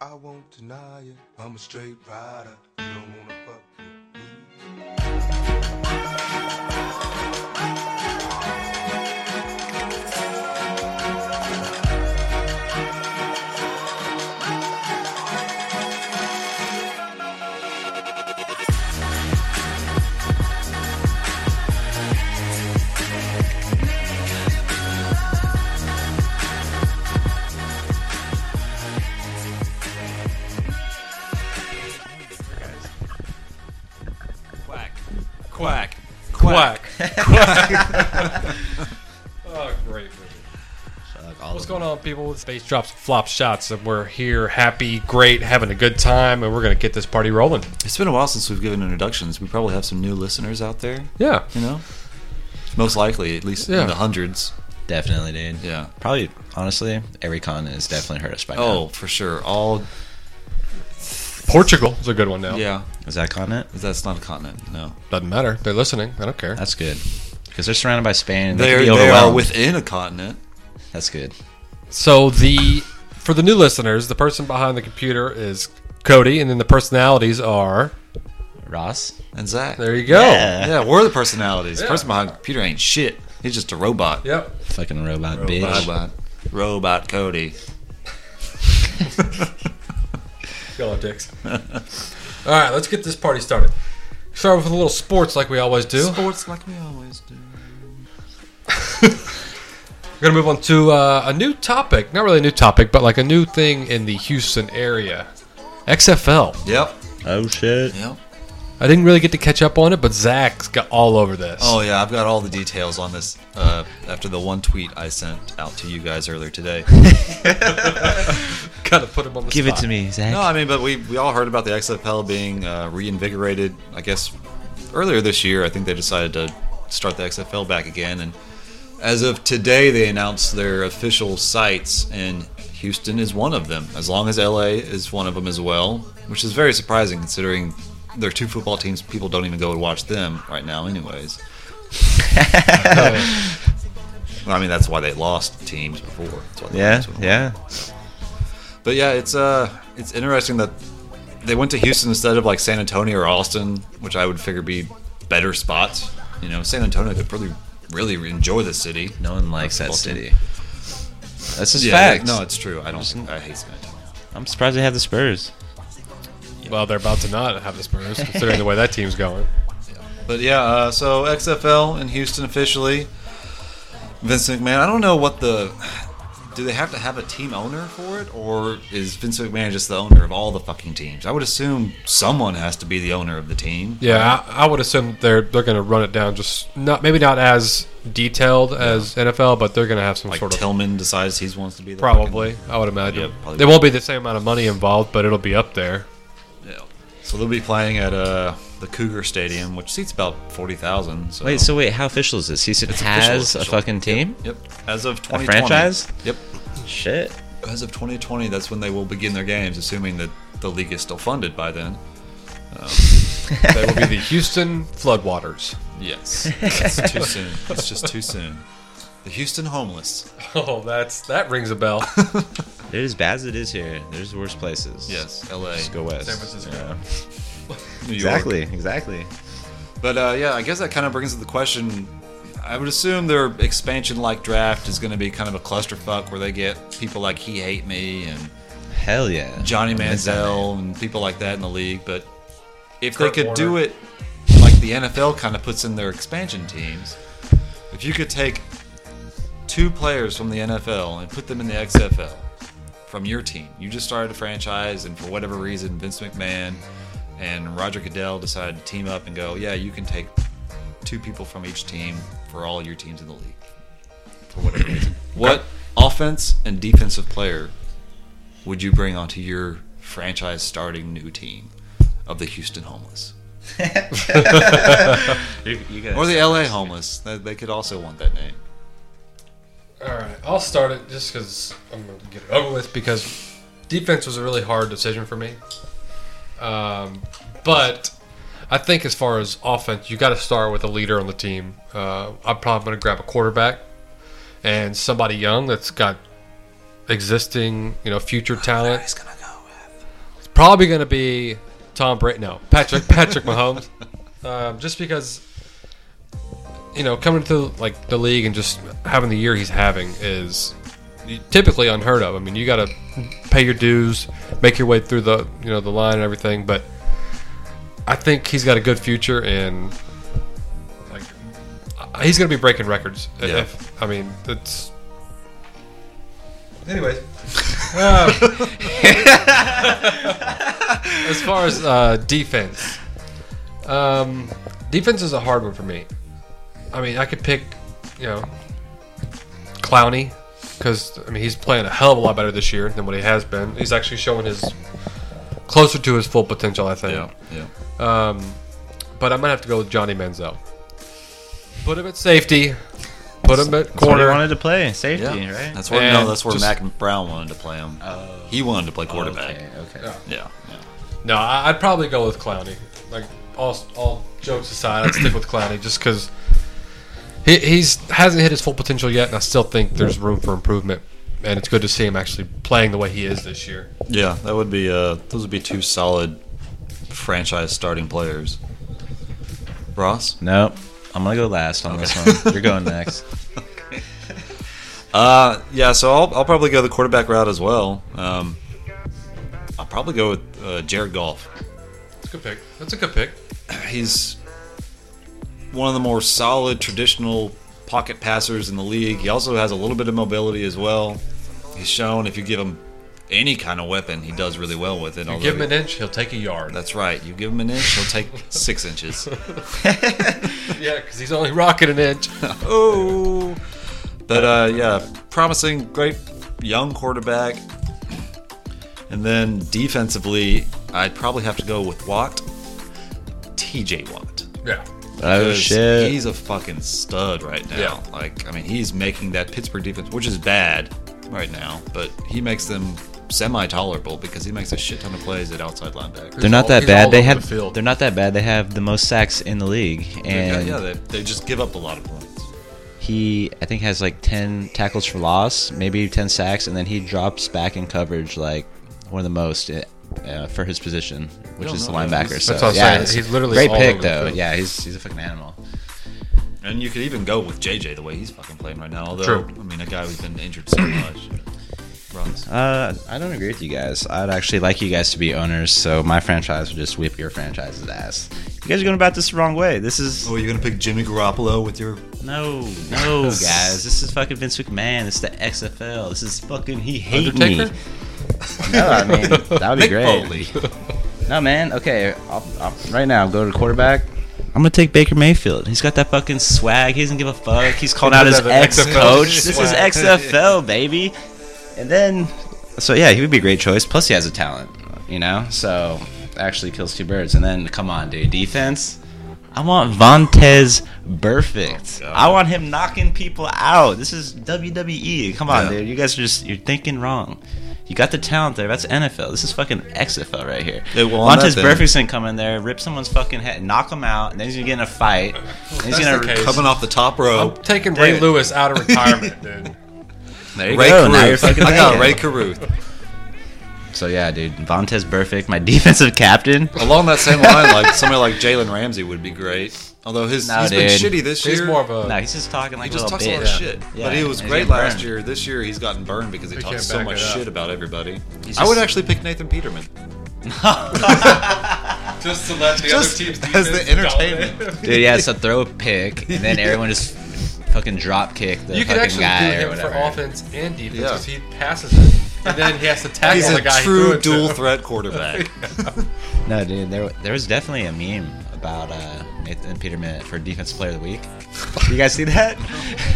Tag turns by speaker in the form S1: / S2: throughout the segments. S1: I won't deny it. I'm a straight rider. You don't wanna fuck with me.
S2: Quack. Quack. Quack. Quack. oh, great movie. What's going on, people? It's Bass Drops Flop Shots, and we're here happy, great, having a good time, and we're going to get this party rolling.
S3: It's been a while since we've given introductions. We probably have some new listeners out there,
S2: Yeah.
S3: you know? Most likely, at least
S2: Yeah.
S3: in the hundreds.
S4: Definitely, dude.
S3: Yeah.
S4: Probably, honestly, every con has definitely heard us by now.
S3: Oh, for sure. All,
S2: Portugal is a good one now.
S3: yeah.
S4: Is that continent?
S3: That's not a continent, no.
S2: Doesn't matter. They're listening. I don't care.
S4: That's good. Because they're surrounded by Spain. And they
S3: They're,
S4: could be
S3: they are
S4: overwhelmed.
S3: within a continent.
S4: That's good.
S2: So the for the new listeners, the person behind the computer is Cody, and then the personalities are
S4: Ross?
S3: And Zach.
S2: there. You go.
S4: Yeah.
S3: yeah, we're the personalities. The
S2: Yeah.
S3: person behind the computer ain't shit. He's just a robot.
S2: Yep.
S4: Fucking robot, bitch.
S3: Robot. Robot Cody.
S2: Y'all are dicks. All right, let's get this party started. Start with a little sports like we always do.
S3: Sports like we always do.
S2: We're gonna move on to uh, a new topic. Not really a new topic, but like a new thing in the Houston area. XFL.
S3: Yep.
S4: Oh, shit.
S3: Yep.
S2: I didn't really get to catch up on it, but Zach's got all over this.
S3: Oh yeah, I've got all the details on this uh, after the one tweet I sent out to you guys earlier today.
S2: gotta put him on the
S4: Give it
S2: spot.
S4: to me, Zach.
S3: No, I mean, but we we all heard about the XFL being uh, reinvigorated. I guess earlier this year, I think they decided to start the XFL back again, and as of today, they announced their official sites, and Houston is one of them. As long as LA is one of them as well, which is very surprising considering there are two football teams. People don't even go and watch them right now, anyways. I mean, that's why they lost teams before. That's why they
S4: Yeah,
S3: lost before.
S4: yeah.
S3: But yeah, it's uh, it's interesting that they went to Houston instead of like San Antonio or Austin, which I would figure be better spots. You know, San Antonio could probably really enjoy the city.
S4: No one likes that
S3: Football
S4: city.
S3: team.
S4: That's just
S3: Yeah,
S4: facts.
S3: No, it's true. I don't. Think, I hate San Antonio.
S4: I'm surprised they have the Spurs.
S2: Well, they're about to not have the Spurs, considering the way that team's going.
S3: But yeah, uh, so XFL in Houston officially. Vince McMahon. I don't know what the. Do they have to have a team owner for it, or is Vince McMahon just the owner of all the fucking teams? I would assume someone has to be the owner of the team.
S2: Yeah, I, I would assume they're they're gonna run it down. Just not maybe not as detailed as NFL, but they're gonna have some
S3: Like
S2: sort of
S3: Tillman decides he wants to be the
S2: probably. I would imagine
S3: Yeah, probably.
S2: there won't be the same amount of money involved, but it'll be up there.
S3: Yeah. So they'll be playing at uh, the Cougar Stadium, which seats about forty thousand. So.
S4: Wait, so wait, how official is this? Houston
S3: It's official,
S4: has
S3: official.
S4: a fucking team?
S3: Yep. As of twenty
S4: franchise?
S3: Yep.
S4: Shit.
S3: As of twenty twenty, that's when they will begin their games, assuming that the league is still funded by then.
S2: That will be the Houston floodwaters.
S3: Yes. it's too soon. It's just too soon. The Houston homeless.
S2: Oh, that's that rings a bell.
S4: They're as bad as it is here. There's worse places.
S3: Yes. L.A.
S4: Just go west.
S2: San Francisco.
S4: Yeah.
S3: New York.
S4: Exactly, exactly.
S3: But uh, yeah, I guess that kind of brings up the question. I would assume their expansion-like draft is going to be kind of a clusterfuck, where they get people like He Hate Me and
S4: Hell yeah.
S3: Johnny
S4: That's not
S3: Manziel and people like that in the league. But if
S2: Kurt
S3: they could do
S2: Warner.
S3: it like the NFL kind of puts in their expansion teams, if you could take two players from the NFL and put them in the XFL from your team, you just started a franchise, and for whatever reason, Vince McMahon and Roger Goodell decided to team up and go, yeah, you can take two people from each team for all your teams in the league. For whatever reason. What offense and defensive player would you bring onto your franchise starting new team of the Houston homeless
S4: You, you guys.
S3: or the LA homeless? They, they could also want that name.
S2: All right, I'll start it just because I'm going to get it over with because defense was a really hard decision for me. Um, but I think as far as offense, you got to start with a leader on the team. Uh, I'm probably going to grab a quarterback and somebody young that's got existing, you know, future talent.
S3: gonna go with
S2: probably going to be Tom Brady. No, Patrick Patrick Mahomes, Um just because you know coming to like the league and just having the year he's having is typically unheard of. I mean, you got to pay your dues, make your way through the you know the line and everything. But I think he's got a good future and like I- he's going to be breaking records. If-
S3: Yeah.
S2: if- I mean, it's. Anyways. as far as uh, defense, um, defense is a hard one for me. I mean, I could pick, you know, Clowney because I mean he's playing a hell of a lot better this year than what he has been. He's actually showing his closer to his full potential, I think.
S3: Yeah, yeah.
S2: But I might have to go with Johnny Manziel. Put him at safety. Put him at
S4: That's what he
S2: corner.
S4: wanted to play safety,
S3: Yeah,
S4: right?
S3: that's where no,
S2: And
S3: that's where
S2: just-
S3: Mac Brown wanted to play him. he wanted to play quarterback.
S4: Okay, okay.
S3: Yeah, yeah.
S2: No, I- I'd probably go with Clowney. Like all all jokes aside, I'd stick with Clowney just because he he's hasn't hit his full potential yet, and I still think there's room for improvement. And it's good to see him actually playing the way he is this year.
S3: Yeah, that would be uh those would be two solid franchise starting players. Ross?
S4: Nope. I'm gonna go last on this one. You're going next.
S3: Uh yeah, so I'll, I'll probably go the quarterback route as well. Um I'll probably go with uh, Jared Goff.
S2: That's a good pick. That's a good pick.
S3: He's one of the more solid traditional pocket passers in the league. He also has a little bit of mobility as well. He's shown if you give him any kind of weapon, he does really well with it. although
S2: Give him
S3: he-
S2: an inch, he'll take a yard.
S3: That's right. You give him an inch, he'll take six inches.
S2: yeah, because he's only rocking an inch.
S3: Oh, but uh, yeah, promising, great young quarterback. And then defensively, I'd probably have to go with Watt, T.J. Watt.
S2: yeah.
S4: Oh
S3: Because
S4: shit.
S3: He's a fucking stud right now.
S2: Yeah.
S3: Like, I mean, he's making that Pittsburgh defense, which is bad right now, but he makes them semi-tolerable because he makes a shit ton of plays at outside linebacker.
S4: they're
S2: all-
S4: not that
S2: he's all
S4: bad. They
S2: over
S4: have.
S2: the field.
S4: they're not that bad. They have the most sacks in the league,
S3: Yeah,
S4: and
S3: yeah, they, they just give up a lot of points.
S4: he I think has like ten tackles for loss, maybe ten sacks, and then he drops back in coverage like one of the most. uh, Uh, for his position, which
S3: No, no,
S4: is the linebacker.
S3: he's-
S4: so,
S2: That's what I'm
S4: yeah,
S2: saying.
S4: it's
S2: He's literally
S4: great
S2: all
S4: pick
S2: over the
S4: though.
S2: field.
S4: Yeah, he's he's a fucking animal.
S3: And you could even go with JJ the way he's fucking playing right now. Although,
S2: True.
S3: I mean, a guy who's been injured so much. Ross.
S4: Uh, I don't agree with you guys. I'd actually like you guys to be owners, so my franchise would just whip your franchise's ass. You guys are going about this the wrong way. This is
S3: Oh, you're gonna pick Jimmy Garoppolo with your?
S4: no, no, guys. This is fucking Vince McMahon. This is the XFL. This is fucking he hate
S2: Undertaker?
S4: me. No, I mean that would be
S3: Mick
S4: great.
S3: Foley.
S4: No, man. Okay, I'll, I'll, right now, go to quarterback. I'm gonna take Baker Mayfield. He's got that fucking swag. He doesn't give a fuck. He's calling out his
S2: does have an
S4: ex coach.
S2: XFL
S4: This is
S2: swag.
S4: XFL, baby. And then, so yeah, he would be a great choice. Plus, he has a talent, you know. So actually, kills two birds. And then, come on, dude, defense. I want Vontez perfect.
S3: Oh, God.
S4: I want him knocking people out. This is WWE. Come on,
S3: Yeah.
S4: dude. You guys are just you're thinking wrong. You got the talent there. That's NFL. This is fucking XFL right here.
S3: Yeah, well, on
S4: Montez
S3: that then-
S4: Burfict's gonna come in there, rip someone's fucking head, knock him out, and then he's gonna get in a fight. And he's
S2: That's
S4: gonna
S2: the case.
S3: Coming off the top row,
S2: I'm taking Ray
S4: Dude.
S2: Lewis out of retirement, dude.
S4: there you
S3: Ray
S4: go. Now you're
S3: Caruth. I
S4: fucking
S3: got
S4: thinking.
S3: Ray Caruth.
S4: So yeah, dude, Vontez Burfict, my defensive captain.
S3: Along that same line, like somebody like Jalen Ramsey would be great. Although his
S4: No,
S3: he's
S4: dude.
S3: been shitty this year.
S2: He's more of a.
S4: No, he's just talking
S3: he
S4: like
S3: just
S4: a little
S3: talks
S4: bitch.
S3: a lot of shit.
S4: Yeah,
S3: but he was
S4: he's
S3: great
S4: getting
S3: last
S4: burned.
S3: year. This year he's gotten burned because he
S2: He
S3: talks
S2: can't
S3: so
S2: back
S3: much
S2: it up.
S3: shit about everybody.
S4: He's
S3: I would
S4: just-
S3: actually pick Nathan Peterman.
S2: Just to let the
S3: Just as the entertainment.
S4: Dude, yeah, so throw a pick, and then everyone just fucking drop kick the
S2: You can
S4: fucking
S2: actually
S4: guy
S2: do
S4: or
S2: him for
S4: whatever.
S2: offense and defense
S3: Yeah.
S2: because he passes it, and then he has to tackle
S3: He's
S2: the
S3: a
S2: guy. he threw
S3: true
S2: it to.
S3: dual threat quarterback.
S4: No, dude, there there was definitely a meme about uh, Nathan Peterman for Defensive Player of the Week. you guys see that?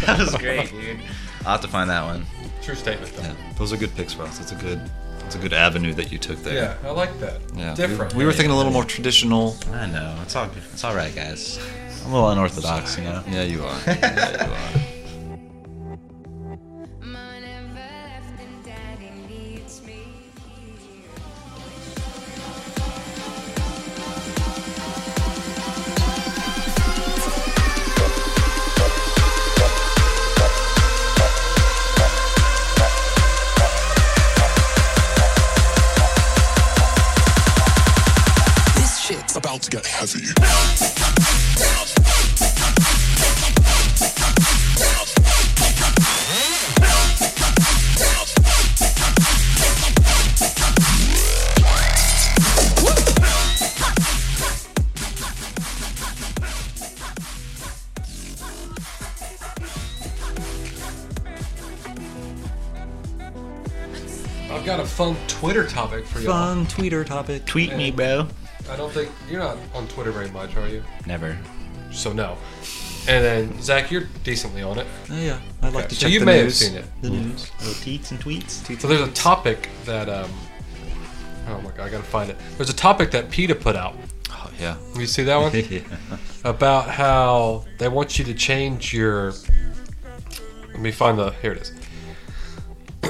S4: that was great, dude. I'll have to find that one.
S2: True statement. Though.
S3: Yeah, those are good picks, Ross. That's a good, that's a good avenue that you took there.
S2: Yeah, I like that.
S3: Yeah.
S2: Different.
S3: We, we were thinking a little more traditional.
S4: I know it's all it's all right, guys. I'm a little unorthodox, you know.
S3: Yeah, you are. Yeah, you are.
S5: Mine ever left and daddy needs me here.
S6: Thank
S2: I've got a fun Twitter topic for you. all
S3: Fun tweeter topic.
S4: Tweet me, bro.
S2: I don't think you're not on Twitter very much, are you?
S4: Never.
S2: So no. And then Zach, you're decently on it.
S3: Oh, yeah, I'd like
S2: Okay,
S3: to
S2: so
S3: check
S2: you
S3: the
S2: may have
S3: news.
S2: seen it.
S3: The news.
S4: Little tweets and tweets.
S2: So there's a topic that um, oh my god, I gotta find it. There's a topic that PETA put out.
S3: Oh, yeah.
S2: You see that one? about how they want you to change your. Let me find the. Here it is.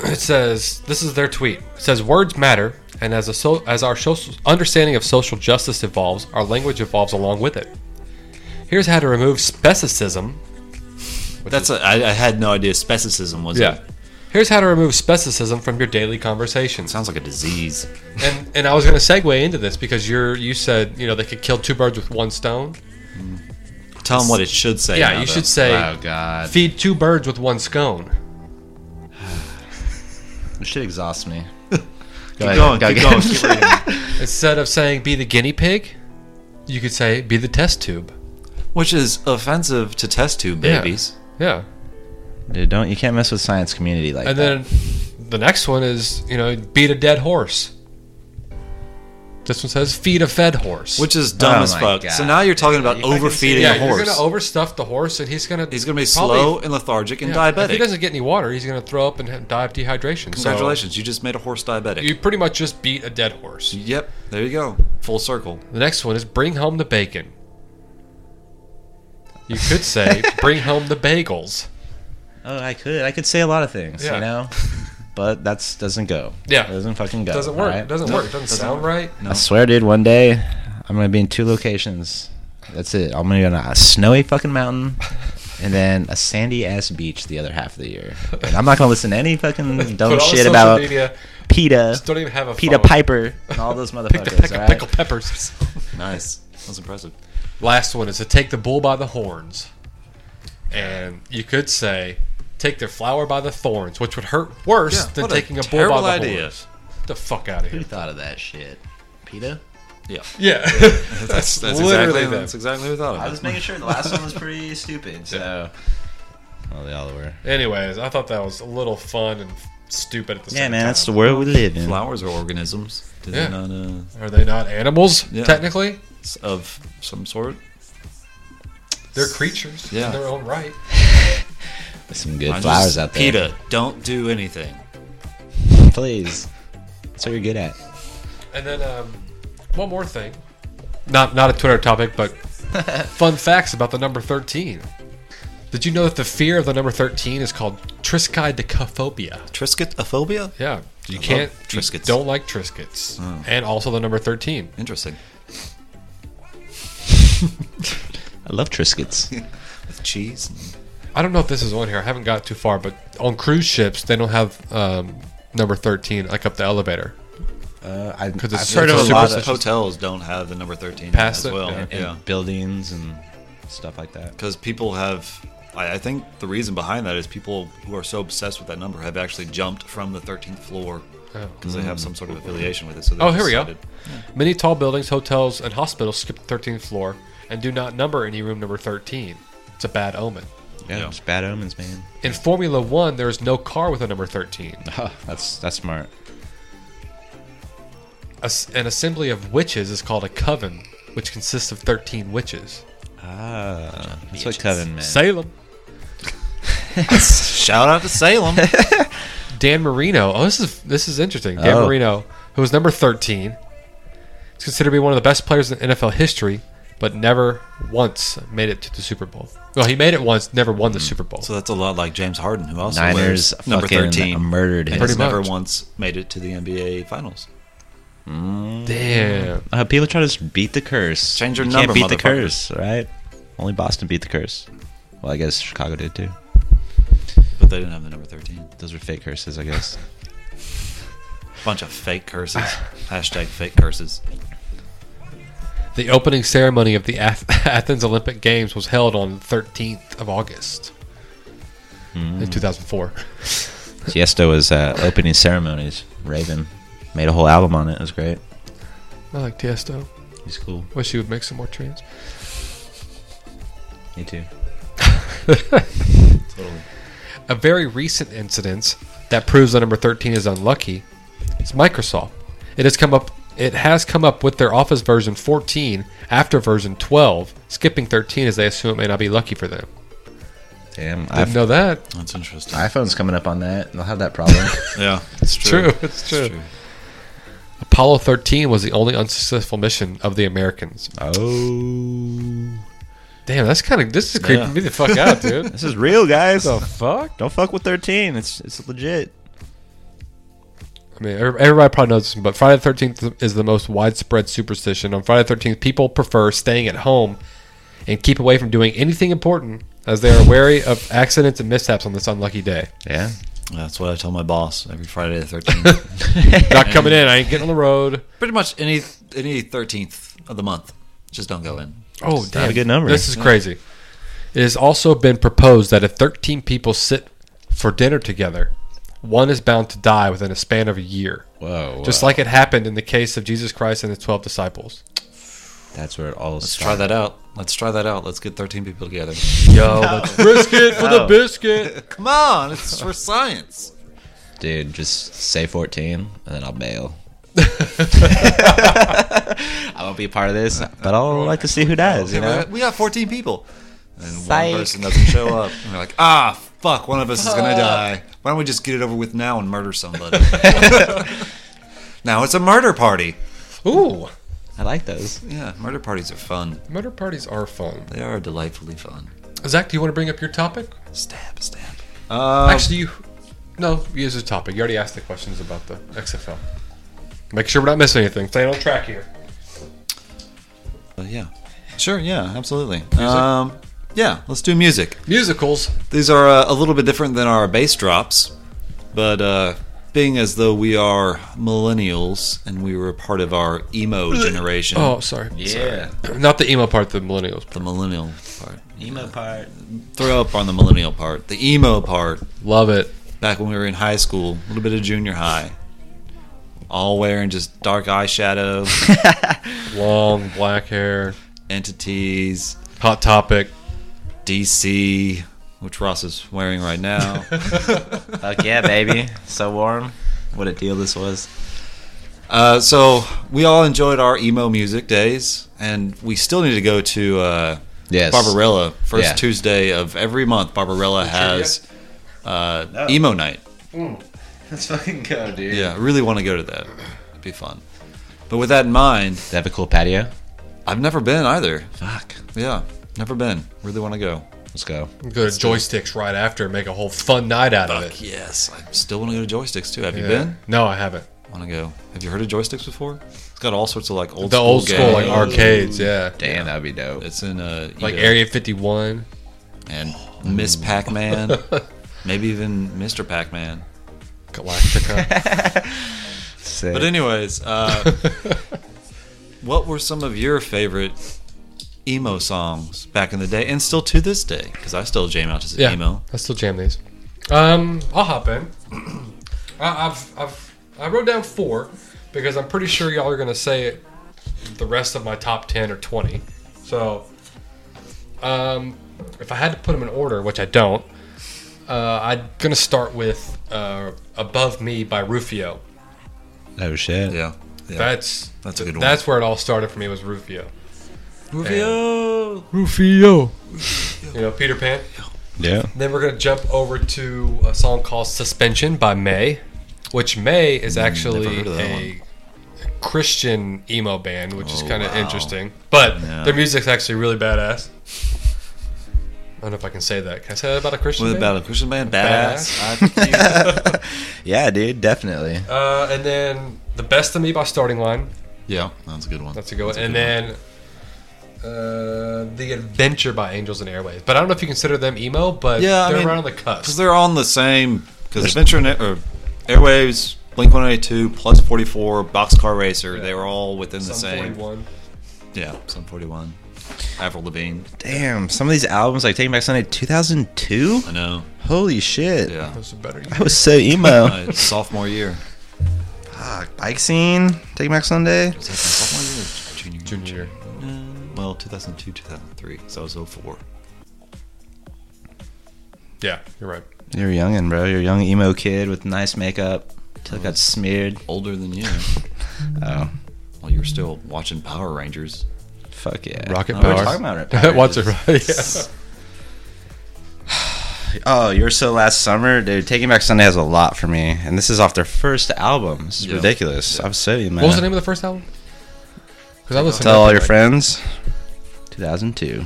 S2: It says this is their tweet. It says words matter, and as a so, as our social understanding of social justice evolves, our language evolves along with it. Here's how to remove speciesism. which
S3: That's a, I, I had no idea speciesism was.
S2: yeah.
S3: A,
S2: Here's how to remove speciesism from your daily conversations.
S3: sounds like a disease.
S2: and and I was going to segue into this because you're you said you know they could kill two birds with one stone.
S3: Tell them what it should say.
S2: Yeah,
S3: now,
S2: you
S3: though.
S2: should say
S4: Oh God,
S2: feed two birds with one scone.
S4: this shit exhausts me.
S3: Keep going. Keep going. Keep reading.
S2: Instead of saying be the guinea pig, you could say be the test tube.
S3: Which is offensive to test tube
S2: Yeah.
S3: babies.
S2: Yeah.
S4: Dude, don't you can't mess with science community like
S2: And
S4: that.
S2: then the next one is, you know, beat a dead horse. This one says feed a fed horse.
S3: Which is dumb
S4: Oh
S3: as
S4: my
S3: fuck. So
S4: God.
S3: now you're talking about
S4: You fucking
S3: overfeeding
S2: yeah,
S3: a
S2: you're
S3: horse.
S2: gonna overstuff the horse and he's gonna
S3: He's going to be
S2: probably-
S3: slow and lethargic and
S2: yeah, If he
S3: diabetic.
S2: doesn't get any water, he's gonna throw up and ha- die of dehydration. So
S3: Congratulations, you just made a horse diabetic.
S2: you pretty much just beat a dead horse.
S3: Yep, there you go. Full circle.
S2: The next one is bring home the bacon. You could say bring home the bagels.
S4: oh, I could. I could say a lot of things,
S2: Yeah.
S4: you know. But that's doesn't go.
S2: Yeah.
S4: It doesn't fucking go.
S2: Doesn't work.
S4: alright?
S2: Doesn't work. Doesn't, sound right.
S4: I swear, dude. One day, I'm gonna be in two locations. That's it. I'm gonna be on a snowy fucking mountain, and then a sandy ass beach the other half of the year. And I'm not gonna listen to any fucking dumb
S2: Put all the
S4: shit
S2: social
S4: about
S2: media.
S4: PETA,
S2: Just don't even have a
S4: PETA
S2: phone.
S4: Piper, and all those
S2: Pick the
S4: motherfuckers.
S2: peck of
S4: alright?
S2: pickle peppers.
S3: Nice. That was impressive.
S2: Last one is to take the bull by the horns, and you could say take their flower by the thorns, which would hurt worse
S3: Yeah,
S2: than
S3: what a
S2: taking a, bull
S3: terrible
S2: by the
S3: idea.
S2: horns. Get the fuck out of
S4: Who
S2: here.
S4: thought of that shit? PETA.
S3: Yeah.
S2: Yeah,
S3: That's, that's
S2: literally
S3: exactly
S2: them.
S3: that's exactly who thought of it.
S4: I was making sure the last one was pretty stupid. So, well, they all were.
S2: Anyways, I thought that was a little fun and stupid at the
S4: Yeah,
S2: same
S4: man,
S2: time.
S4: that's the world we live in.
S3: Flowers are organisms. Do
S2: Yeah.
S3: they not, uh,
S2: Are they not animals
S3: Yeah.
S2: technically?
S3: s- of some sort?
S2: They're creatures
S3: Yeah.
S2: in their own right.
S4: Some good
S3: I'm
S4: flowers
S3: just-
S4: out there.
S3: PETA, don't do anything.
S4: please. That's what you're good at.
S2: And then um, one more thing. Not not a Twitter topic, but fun facts about the number thirteen. Did you know that the fear of the number thirteen is called triskaidekaphobia?
S3: Triscuitophobia?
S2: Yeah, you
S3: love
S2: can't. you
S3: Triscuits. Mm.
S2: don't like triscuits, and also the number thirteen.
S3: Interesting.
S4: I love Triscuits.
S3: With cheese? and-
S2: I don't know if this is on here. I haven't got too far, but on cruise ships they don't have um, number thirteen like up the elevator.
S4: Uh, I've,
S2: 'Cause
S4: I've
S2: it's
S4: heard of
S2: so
S4: a
S2: super
S4: lot
S2: such-
S4: of
S3: Hotels don't have the number 13
S2: Pass
S3: as
S2: it,
S3: well.
S2: yeah.
S4: in
S3: Yeah.
S4: buildings and stuff like that.
S3: Because people have. I I think the reason behind that is people who are so obsessed with that number have actually jumped from the 13th floor because they have some sort of affiliation with it. So
S2: Mm. Oh, here we go. Many tall buildings, hotels, and hospitals skip the 13th floor and do not number any room number 13. It's a bad omen.
S4: Yeah,
S3: Yeah.
S4: it's bad omens, man.
S2: In Formula One, there is no car with a number 13.
S4: that's that's smart.
S2: A s an assembly of witches is called a coven, which consists of 13 witches.
S4: Ah, that's what Coven meant.
S2: Salem.
S3: Shout out to Salem.
S2: Dan Marino. Oh, this is this is interesting. Dan
S4: Oh.
S2: Marino, who was number 13, is considered to be one of the best players in NFL history, but never once made it to the Super Bowl. Well, he made it once, never won the Super Bowl.
S3: so that's a lot like James Harden, who also
S4: Niners
S3: wears number
S4: fucking
S3: 13.
S4: murdered
S3: and
S4: him.
S2: Pretty
S3: has never
S2: much.
S3: once made it to the NBA Finals.
S2: Mm. Damn.
S4: Uh, people try to just beat the curse.
S3: Change your
S4: you
S3: number,
S4: can't beat the
S3: motherfucker.
S4: curse, right? Only Boston beat the curse. Well, I guess Chicago did too.
S3: But they didn't have the number 13.
S4: Those were fake curses, I guess.
S3: Bunch of fake curses. Hashtag fake curses.
S2: The opening ceremony of the Ath- Athens Olympic Games was held on the 13th of August in 2004.
S4: Tiesto was uh, opening ceremonies. Raven made a whole album on it. It was great.
S2: I like Tiesto.
S4: He's cool.
S2: Wish he would make some more trends.
S4: Me too.
S3: Totally.
S2: A very recent incident that proves that number 13 is unlucky companies, Microsoft, it has come up it has come up with their Office version 14 after version 12, skipping 13 as they assume it may not be lucky for them.
S4: Damn,
S2: Didn't
S4: iPhone,
S2: know that.
S3: That's interesting.
S4: iPhone's coming up on that. They'll have that problem.
S3: yeah, it's
S2: True. It's true. Apollo 13 was the only unsuccessful mission of the Americans.
S4: oh,
S2: Damn, that's kind of this is creeping
S3: Yeah.
S2: me the fuck out, dude.
S4: this is real, guys.
S2: fuck?
S4: Don't fuck with 13. It's it's legit.
S2: I mean, every- everybody probably knows this, but Friday the Thirteenth is the most widespread superstition. On Friday the Thirteenth, people prefer staying at home and keep away from doing anything important, as they are wary of accidents and mishaps on this unlucky day.
S4: Yeah.
S3: That's what I tell my boss every Friday the 13th.
S2: Not coming in. I ain't getting on the road.
S3: Pretty much any any 13th of the month. Just don't go in.
S2: Oh, damn.
S4: a good number.
S2: This is
S3: Yeah.
S2: crazy. It has also been proposed that if 13 people sit for dinner together, one is bound to die within a span of a year,
S4: Whoa.
S2: just like it happened in the case of Jesus Christ and the 12 disciples.
S4: that's where it all
S3: Let's try that out. Let's try that out. Let's get 13 people together.
S2: Yo, let's risk it for the biscuit.
S3: Come on, it's for science.
S4: Dude, just say 14 and then I'll bail. I won't be a part of this, but I'll like to see who dies, you know?
S3: We got 14 people. And
S4: Psych.
S3: one person doesn't show up. And we're like, ah, fuck, one of us is going to die. Why don't we just get it over with now and murder somebody? now it's a murder party.
S2: Ooh,
S4: I like those.
S3: Yeah, murder parties are fun.
S2: murder parties are fun.
S3: They are delightfully fun.
S2: Zach, do you want to bring up your topic?
S3: Stab, stab.
S2: Actually, you. No, use the topic. You already asked the questions about the XFL. Make sure we're not missing anything. Staying on track here.
S3: Uh, yeah. Sure, yeah, absolutely. Um, yeah, let's do music.
S2: Musicals.
S3: These are uh, a little bit different than our bass drops, but uh, being as though we are millennials and we were a part of our emo generation,
S2: Oh, sorry.
S4: Yeah.
S2: Not the emo part, the millennials.
S3: the millennial part.
S4: Emo part.
S3: Throw up on the millennial part, the emo part.
S2: Love it.
S3: Back when we were in high school, a little bit of junior high, all wearing just dark eyeshadow,
S2: Long black hair.
S3: entities,
S2: Hot topic.
S3: DC, which Ross is wearing right now.
S4: Fuck yeah, baby. So warm. What a deal this was.
S3: Uh, so we all enjoyed our emo music days, and we still need to go to uh,
S4: Yes.
S3: Barbarella first
S4: Yeah.
S3: Tuesday of every month. Barbarella has uh,
S4: No. Mm.
S3: emo night.
S4: Let's fucking go, dude.
S3: Yeah, I really want to go to that. It'd be fun. But with that in mind,
S4: They have a cool patio.
S3: I've never been either.
S4: Fuck.
S3: Yeah, never been. Really want to go.
S4: Let's go.
S2: Go to joysticks right after and make a whole fun night out of it.
S3: Yes, I still want to go to Joysticks too. Have you
S2: Yeah.
S3: been?
S2: No, I haven't.
S3: Want to go? Have you heard of Joysticks before? It's got all sorts of like old
S2: The
S3: school
S2: old school, like
S3: games.
S2: arcades, yeah.
S4: Damn, that would be dope.
S3: It's in uh,
S2: Like
S3: Edo.
S2: Area 51.
S3: and Miss
S2: Mm.
S3: Pac Man, maybe even Mr. Pac Man.
S2: Galactica.
S4: Sick.
S3: But, anyways, uh, what were some of your favorite emo songs back in the day and still to this day? Because I still jam out to some
S2: yeah.
S3: emo.
S2: I still jam these. Um, I'll hop in. I, I've, I've, I wrote down four because I'm pretty sure y'all are going to say it, the rest of my top 10 or 20. So, um, if I had to put them in order, which I don't, uh, I'm going to start with uh, Above Me by Rufio.
S4: oh, shit.
S3: Yeah. yeah.
S2: That's
S3: That's a good one.
S2: that's where it all started for me was Rufio.
S3: Rufio!
S2: Rufio. You know, Peter Pan.
S4: Yeah.
S2: Then we're gonna jump over to a song called "Suspension" by May, which May is actually
S3: Hmm, heard of that
S2: a Christian emo band, which is
S3: Oh,
S2: kind of
S3: wow.
S2: interesting. But
S3: Yeah.
S2: their music's actually really badass. I don't know if I can say that. Can I say that about a Christian
S3: With
S2: band?
S3: about a Christian band, badass. I-
S4: Yeah, dude, definitely.
S2: uh, and then "The Best of Me" by Starting Line.
S3: yeah, that's a good one.
S2: That's a good one. And then uh, The Adventure by Angels and Airways. But I don't know if you consider them emo, but
S3: Yeah, I
S2: they're
S3: mean,
S2: around the
S3: Because
S2: cusp.
S3: they're on the same. Because Adventure Net, or Airwaves, Blink 182, Plus 44, Boxcar Racer, they were all within the
S2: Some
S3: same.
S2: 41.
S3: Yeah, Sum 41. Avril Lavigne.
S4: Damn, some of these albums, like Taking Back Sunday 2002?
S3: I know.
S4: Holy shit.
S3: Yeah.
S2: Those are better.
S4: I was so emo.
S3: My sophomore year.
S4: Fuck, Bike scene, Taking Back Sunday.
S3: Was that my sophomore year or junior
S2: Junior year.
S3: year? Well, 2002, 2003. So I was 04.
S2: Yeah, you're right.
S4: You're youngin', bro. You're a young emo kid with nice makeup. Till it got smeared.
S3: Older than you. Um,
S4: Oh,
S3: well, you're still watching Power Rangers.
S4: fuck yeah.
S2: Rocket
S4: We were
S2: Power.
S4: talking about it, Power
S2: What's it?
S4: Rangers.
S2: Right? Yeah.
S4: Oh, You're So Last Summer, dude. Taking Back Sunday has a lot for me. And this is off their first album. This is
S3: Yeah.
S4: ridiculous. I'm so you, man.
S2: What was the name of the first album? Because I listened.
S4: Tell
S2: to
S4: all
S2: that
S4: your
S2: like-
S4: friends. 2002.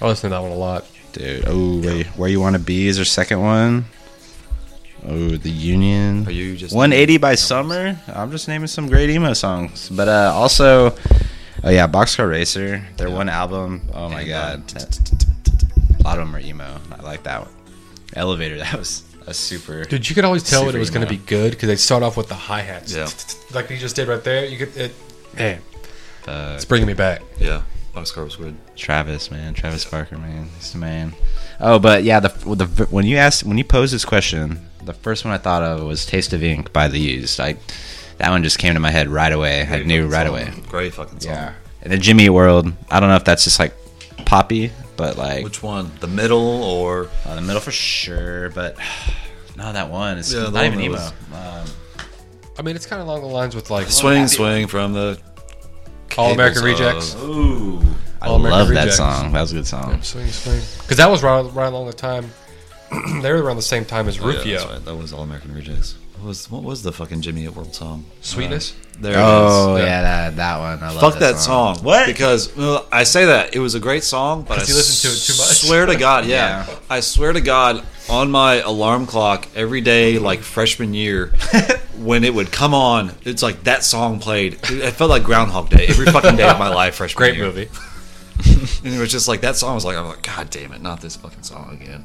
S2: I listened to that one a lot.
S4: Dude. Oh, wait. Where You Want to Be is their second one. Oh, The Union.
S3: Are you just
S4: 180 by Summer. I'm just naming some great emo songs. But uh, also, oh yeah, Boxcar Racer. Their one album. Oh my god. A lot of them are emo. I like that one. Elevator. That was a super.
S2: Dude, you could always tell when it
S4: Super
S2: was going to be
S4: emo.
S2: good because they start off with the hi hats,
S3: Yeah.
S2: like you just did right there. You could, it, man,
S4: Uh,
S2: it's bringing me back.
S3: Yeah, Boxcar was good.
S4: Travis, man. Travis Barker, man. He's the man. Oh, but yeah, the, the when you asked when you posed this question, the first one I thought of was "Taste of Ink" by The Used. I that one just came to my head right away. I knew
S3: fucking
S4: right
S3: song.
S4: away.
S3: Great fucking song.
S4: Yeah. And then Jimmy Eat World. I don't know if that's just like poppy, but like
S3: Which one? The middle or
S4: uh, the middle for sure. But no, that one is
S3: Yeah, the
S4: not even
S3: one
S4: emo.
S3: that
S4: Um,
S2: I mean, it's kind of along the lines with like
S3: Swing Swing from the
S2: All American
S3: Cables
S2: Rejects.
S3: of-
S4: Ooh, I
S2: All American
S4: love that
S2: Rejects.
S4: song. That was a good song.
S2: Swing, swing. Because that was right, right along the time. they were around the same time as
S3: Oh, yeah,
S2: Rufio.
S3: that's right. That was All American Rejects. What was what was the fucking Jimmy Eat World song?
S2: Sweetness.
S3: Uh, there
S4: Oh
S3: it is.
S4: yeah, that, that one. I love
S3: Fuck that song.
S4: What?
S3: Because well, I say that it was a great song, but I
S2: 'Cause you listened to it too much.
S3: Swear to God, yeah.
S4: Yeah.
S3: I swear to God, on my alarm clock every day, like freshman year, when it would come on, it's like that song played. It it felt like Groundhog Day every fucking day of my life. Freshman
S2: Great
S3: year.
S2: movie.
S3: And it was just like that song was like I'm like God damn it, not this fucking song again.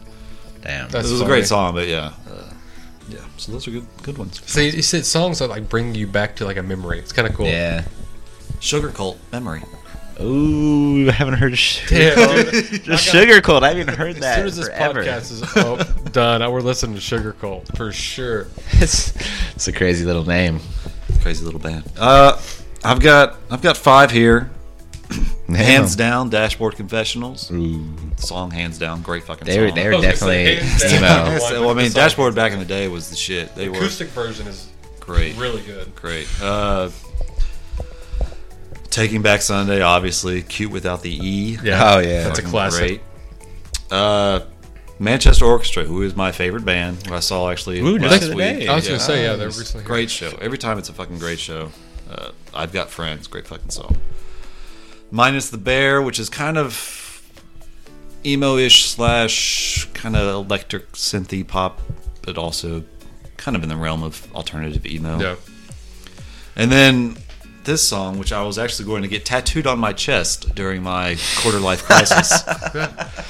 S4: Damn.
S2: That's
S3: this was
S2: funny.
S3: a great song, but yeah, uh, yeah. So those are good good ones.
S2: See, you said songs that like bring you back to like a memory. It's kind of cool.
S4: yeah.
S3: Sugar Cult Memory.
S4: Ooh, I haven't heard of sugar.
S2: Yeah, dude.
S4: Just sugar cold. I haven't even heard
S2: As
S4: that.
S2: soon as this
S4: forever.
S2: podcast is oh, done, I- we're listening to Sugar Cult for sure.
S4: it's, it's a crazy little name.
S3: crazy little band. Uh, I've got I've got five here. Hands down, Dashboard Confessionals. Song hands down, great fucking
S4: They were
S3: song.
S4: they were
S2: I was gonna
S4: definitely
S2: say, hands down.
S4: emo.
S3: Yes, well, I mean, Dashboard back in the day was the shit. They were
S2: Acoustic version is
S3: great,
S2: really good.
S3: great. Uh, Taking Back Sunday, obviously, cute without the e.
S4: Oh yeah.
S2: That's a
S3: Fucking
S2: classic.
S3: great. Uh, Manchester Orchestra, who is my favorite band, who I saw actually
S4: Ooh,
S3: last
S4: just
S3: week.
S4: today.
S2: I was gonna
S3: Yeah.
S2: say yeah, they're recently
S3: Great show. Every time it's a fucking great show. Uh, I've got friends. Great fucking song. Minus the bear, which is kind of emo-ish slash kind of electric synthy pop, but also kind of in the realm of alternative emo.
S2: Yeah,
S3: And then this song, which I was actually going to get tattooed on my chest during my quarter life crisis.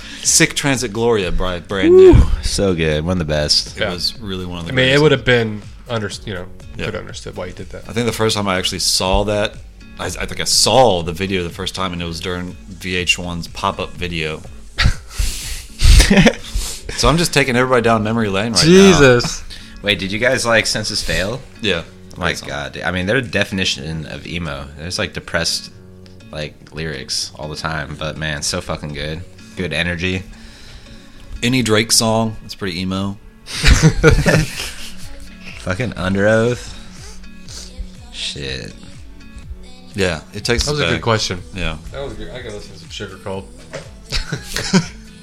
S3: Sick Transit Gloria by Brand New.
S4: So good. One of the best.
S2: Yeah.
S3: It was really one of the.
S2: I mean, it
S3: greatest.
S2: would have been under you know
S3: Yeah.
S2: could have understood why you did that.
S3: I think the first time I actually saw that, I, I think I saw the video the first time, and it was during VH1's pop-up video. so I'm just taking everybody down memory lane right now.
S4: Wait, did you guys like Census Fail?
S3: Yeah.
S4: My
S3: Great song.
S4: God, dude. I mean, their definition of emo. There's like depressed, like lyrics all the time. But man, so fucking good. Good energy.
S3: Any Drake song? It's pretty emo.
S4: Fucking under oath. Shit.
S3: Yeah, it takes.
S2: That was
S3: us
S2: a good
S3: back.
S2: question.
S3: Yeah.
S2: That was good. I gotta listen to some Sugar Cult.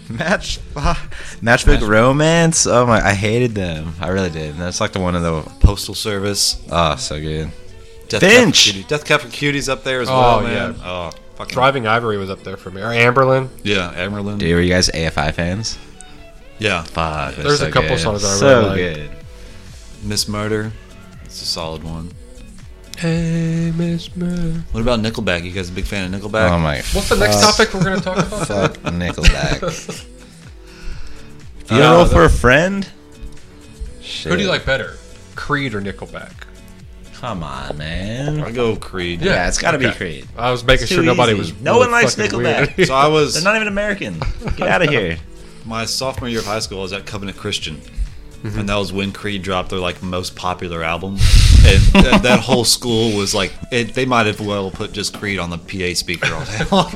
S4: Match, ah, Matchbook Romance. Oh my, I hated them. I really did. And that's like the one of the
S3: Postal Service.
S4: oh, so good.
S3: Death
S4: Finch!
S3: Cab for Cuties. Death Cab for Cuties up there as
S2: Oh,
S3: well,
S2: yeah.
S3: man. Oh, fucking.
S2: Driving Ivory was up there for me. Or Amberlin.
S3: Yeah, Amaryllin.
S4: Dude, were you guys AFI fans?
S3: Yeah,
S4: Fuck, that's
S2: There's a couple
S4: good.
S2: songs I
S4: so
S2: really like.
S4: good.
S3: Miss Murder. It's a solid one.
S2: Hey, Miss Moon.
S3: What about Nickelback? You guys a big fan of Nickelback?
S4: Oh my
S2: What's the next topic we're gonna talk about?
S4: fuck, Nickelback.
S3: Uh,
S4: Funeral for a friend.
S2: Uh, Who do
S4: Shit.
S2: you like better, Creed or Nickelback?
S4: Come on, man.
S3: I go Creed.
S4: Yeah, it's got to be
S2: Okay.
S4: Creed.
S2: I was making
S4: It's too
S2: sure nobody
S4: easy.
S2: was.
S4: No
S2: really
S4: one likes
S2: fucking
S4: Nickelback.
S2: weird.
S3: So I was.
S4: They're not even American. Get out of here.
S3: my sophomore year of high school, I was at Covenant Christian,
S2: Mm-hmm.
S3: and that was when Creed dropped their like most popular album, and that, that whole school was like, it, they might have well put just Creed on the PA speaker all day long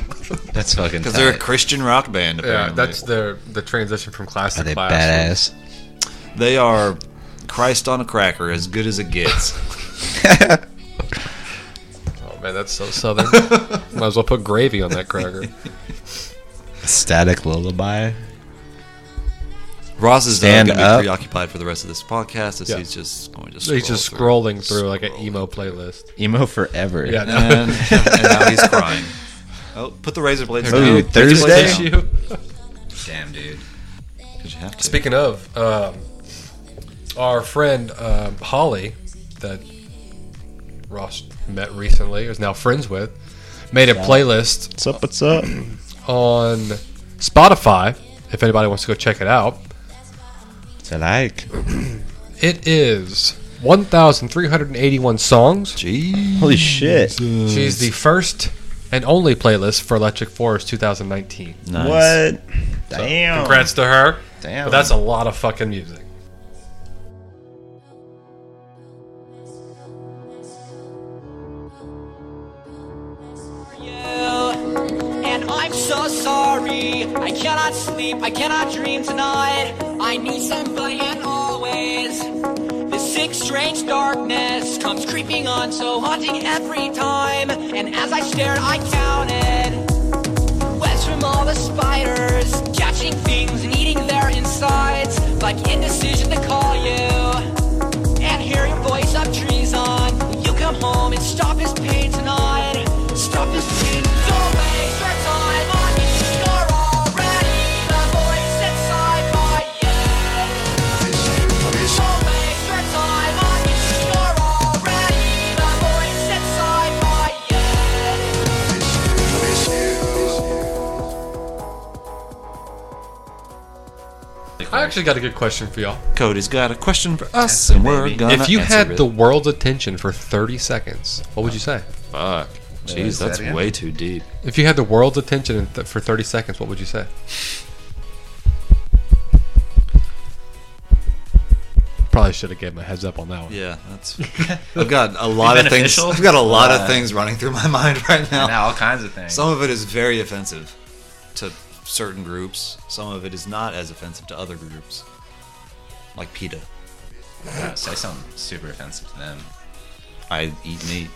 S4: That's fucking.
S3: because they're a
S4: tight.
S3: Christian rock band.
S2: yeah,
S3: Apparently,
S2: that's the the transition from class
S4: Are
S2: to
S4: they
S2: class.
S4: badass?
S3: they are. Christ on a cracker, as good as it gets.
S2: Oh man, that's so southern. Might as well put gravy on that cracker.
S4: Static lullaby.
S3: Ross is uh,
S4: Stand
S3: going to
S4: up.
S3: be preoccupied for the rest of this podcast as
S2: Yeah.
S3: he's just going to
S2: He's just
S3: scroll
S2: scrolling through like an emo playlist.
S4: Emo forever.
S2: Yeah, no.
S3: And, and now he's crying. Oh, put the razor blades
S4: Ooh,
S3: down. Razor blades
S4: Thursday?
S3: down.
S2: Issue.
S4: Damn, dude.
S3: Did you have to?
S2: Speaking of, um, our friend um, Holly, that Ross met recently, is now friends with, made a playlist
S4: What's up? What's up?
S2: on Spotify. If anybody wants to go check it out,
S4: It's a like.
S2: it is 1,381 songs.
S3: Gee.
S4: Holy shit.
S2: She's the first and only playlist for Electric Forest 2019.
S3: Nice.
S4: What? Damn.
S2: Congrats to her.
S4: Damn.
S2: But that's a lot of fucking music.
S6: And I'm so sorry. I cannot sleep. I cannot dream tonight. I need somebody and always. This sick, strange darkness comes creeping on, so haunting every time. And as I stared, I counted webs from all the spiders, catching things and eating their insides, like indecision to call you and hear your voice up trees on. You come home and stop his pain tonight. Stop his pain. Don't waste your time on me. You're already the voice inside my head. Don't waste your time on me. You're already the voice inside my head.
S2: I actually got a good question for y'all.
S3: Cody's got a question for us, and we're
S4: baby.
S3: gonna
S2: if you
S3: answer
S2: had
S3: it.
S2: the world's attention for 30 seconds, what would you say?
S3: fuck, jeez,
S4: Is that
S3: that's
S4: it?
S3: way too deep.
S2: If you had the world's attention in th- for 30 seconds, what would you say? Probably should have gave him a heads up on that one.
S3: Yeah, that's. I've got a lot of things.
S4: beneficial?
S3: I've got a lot
S4: Uh,
S3: of things running through my mind right now.
S4: Now all kinds of things.
S3: Some of it is very offensive to certain groups. Some of it is not as offensive to other groups, like PETA.
S4: say something super offensive to them.
S3: I eat meat,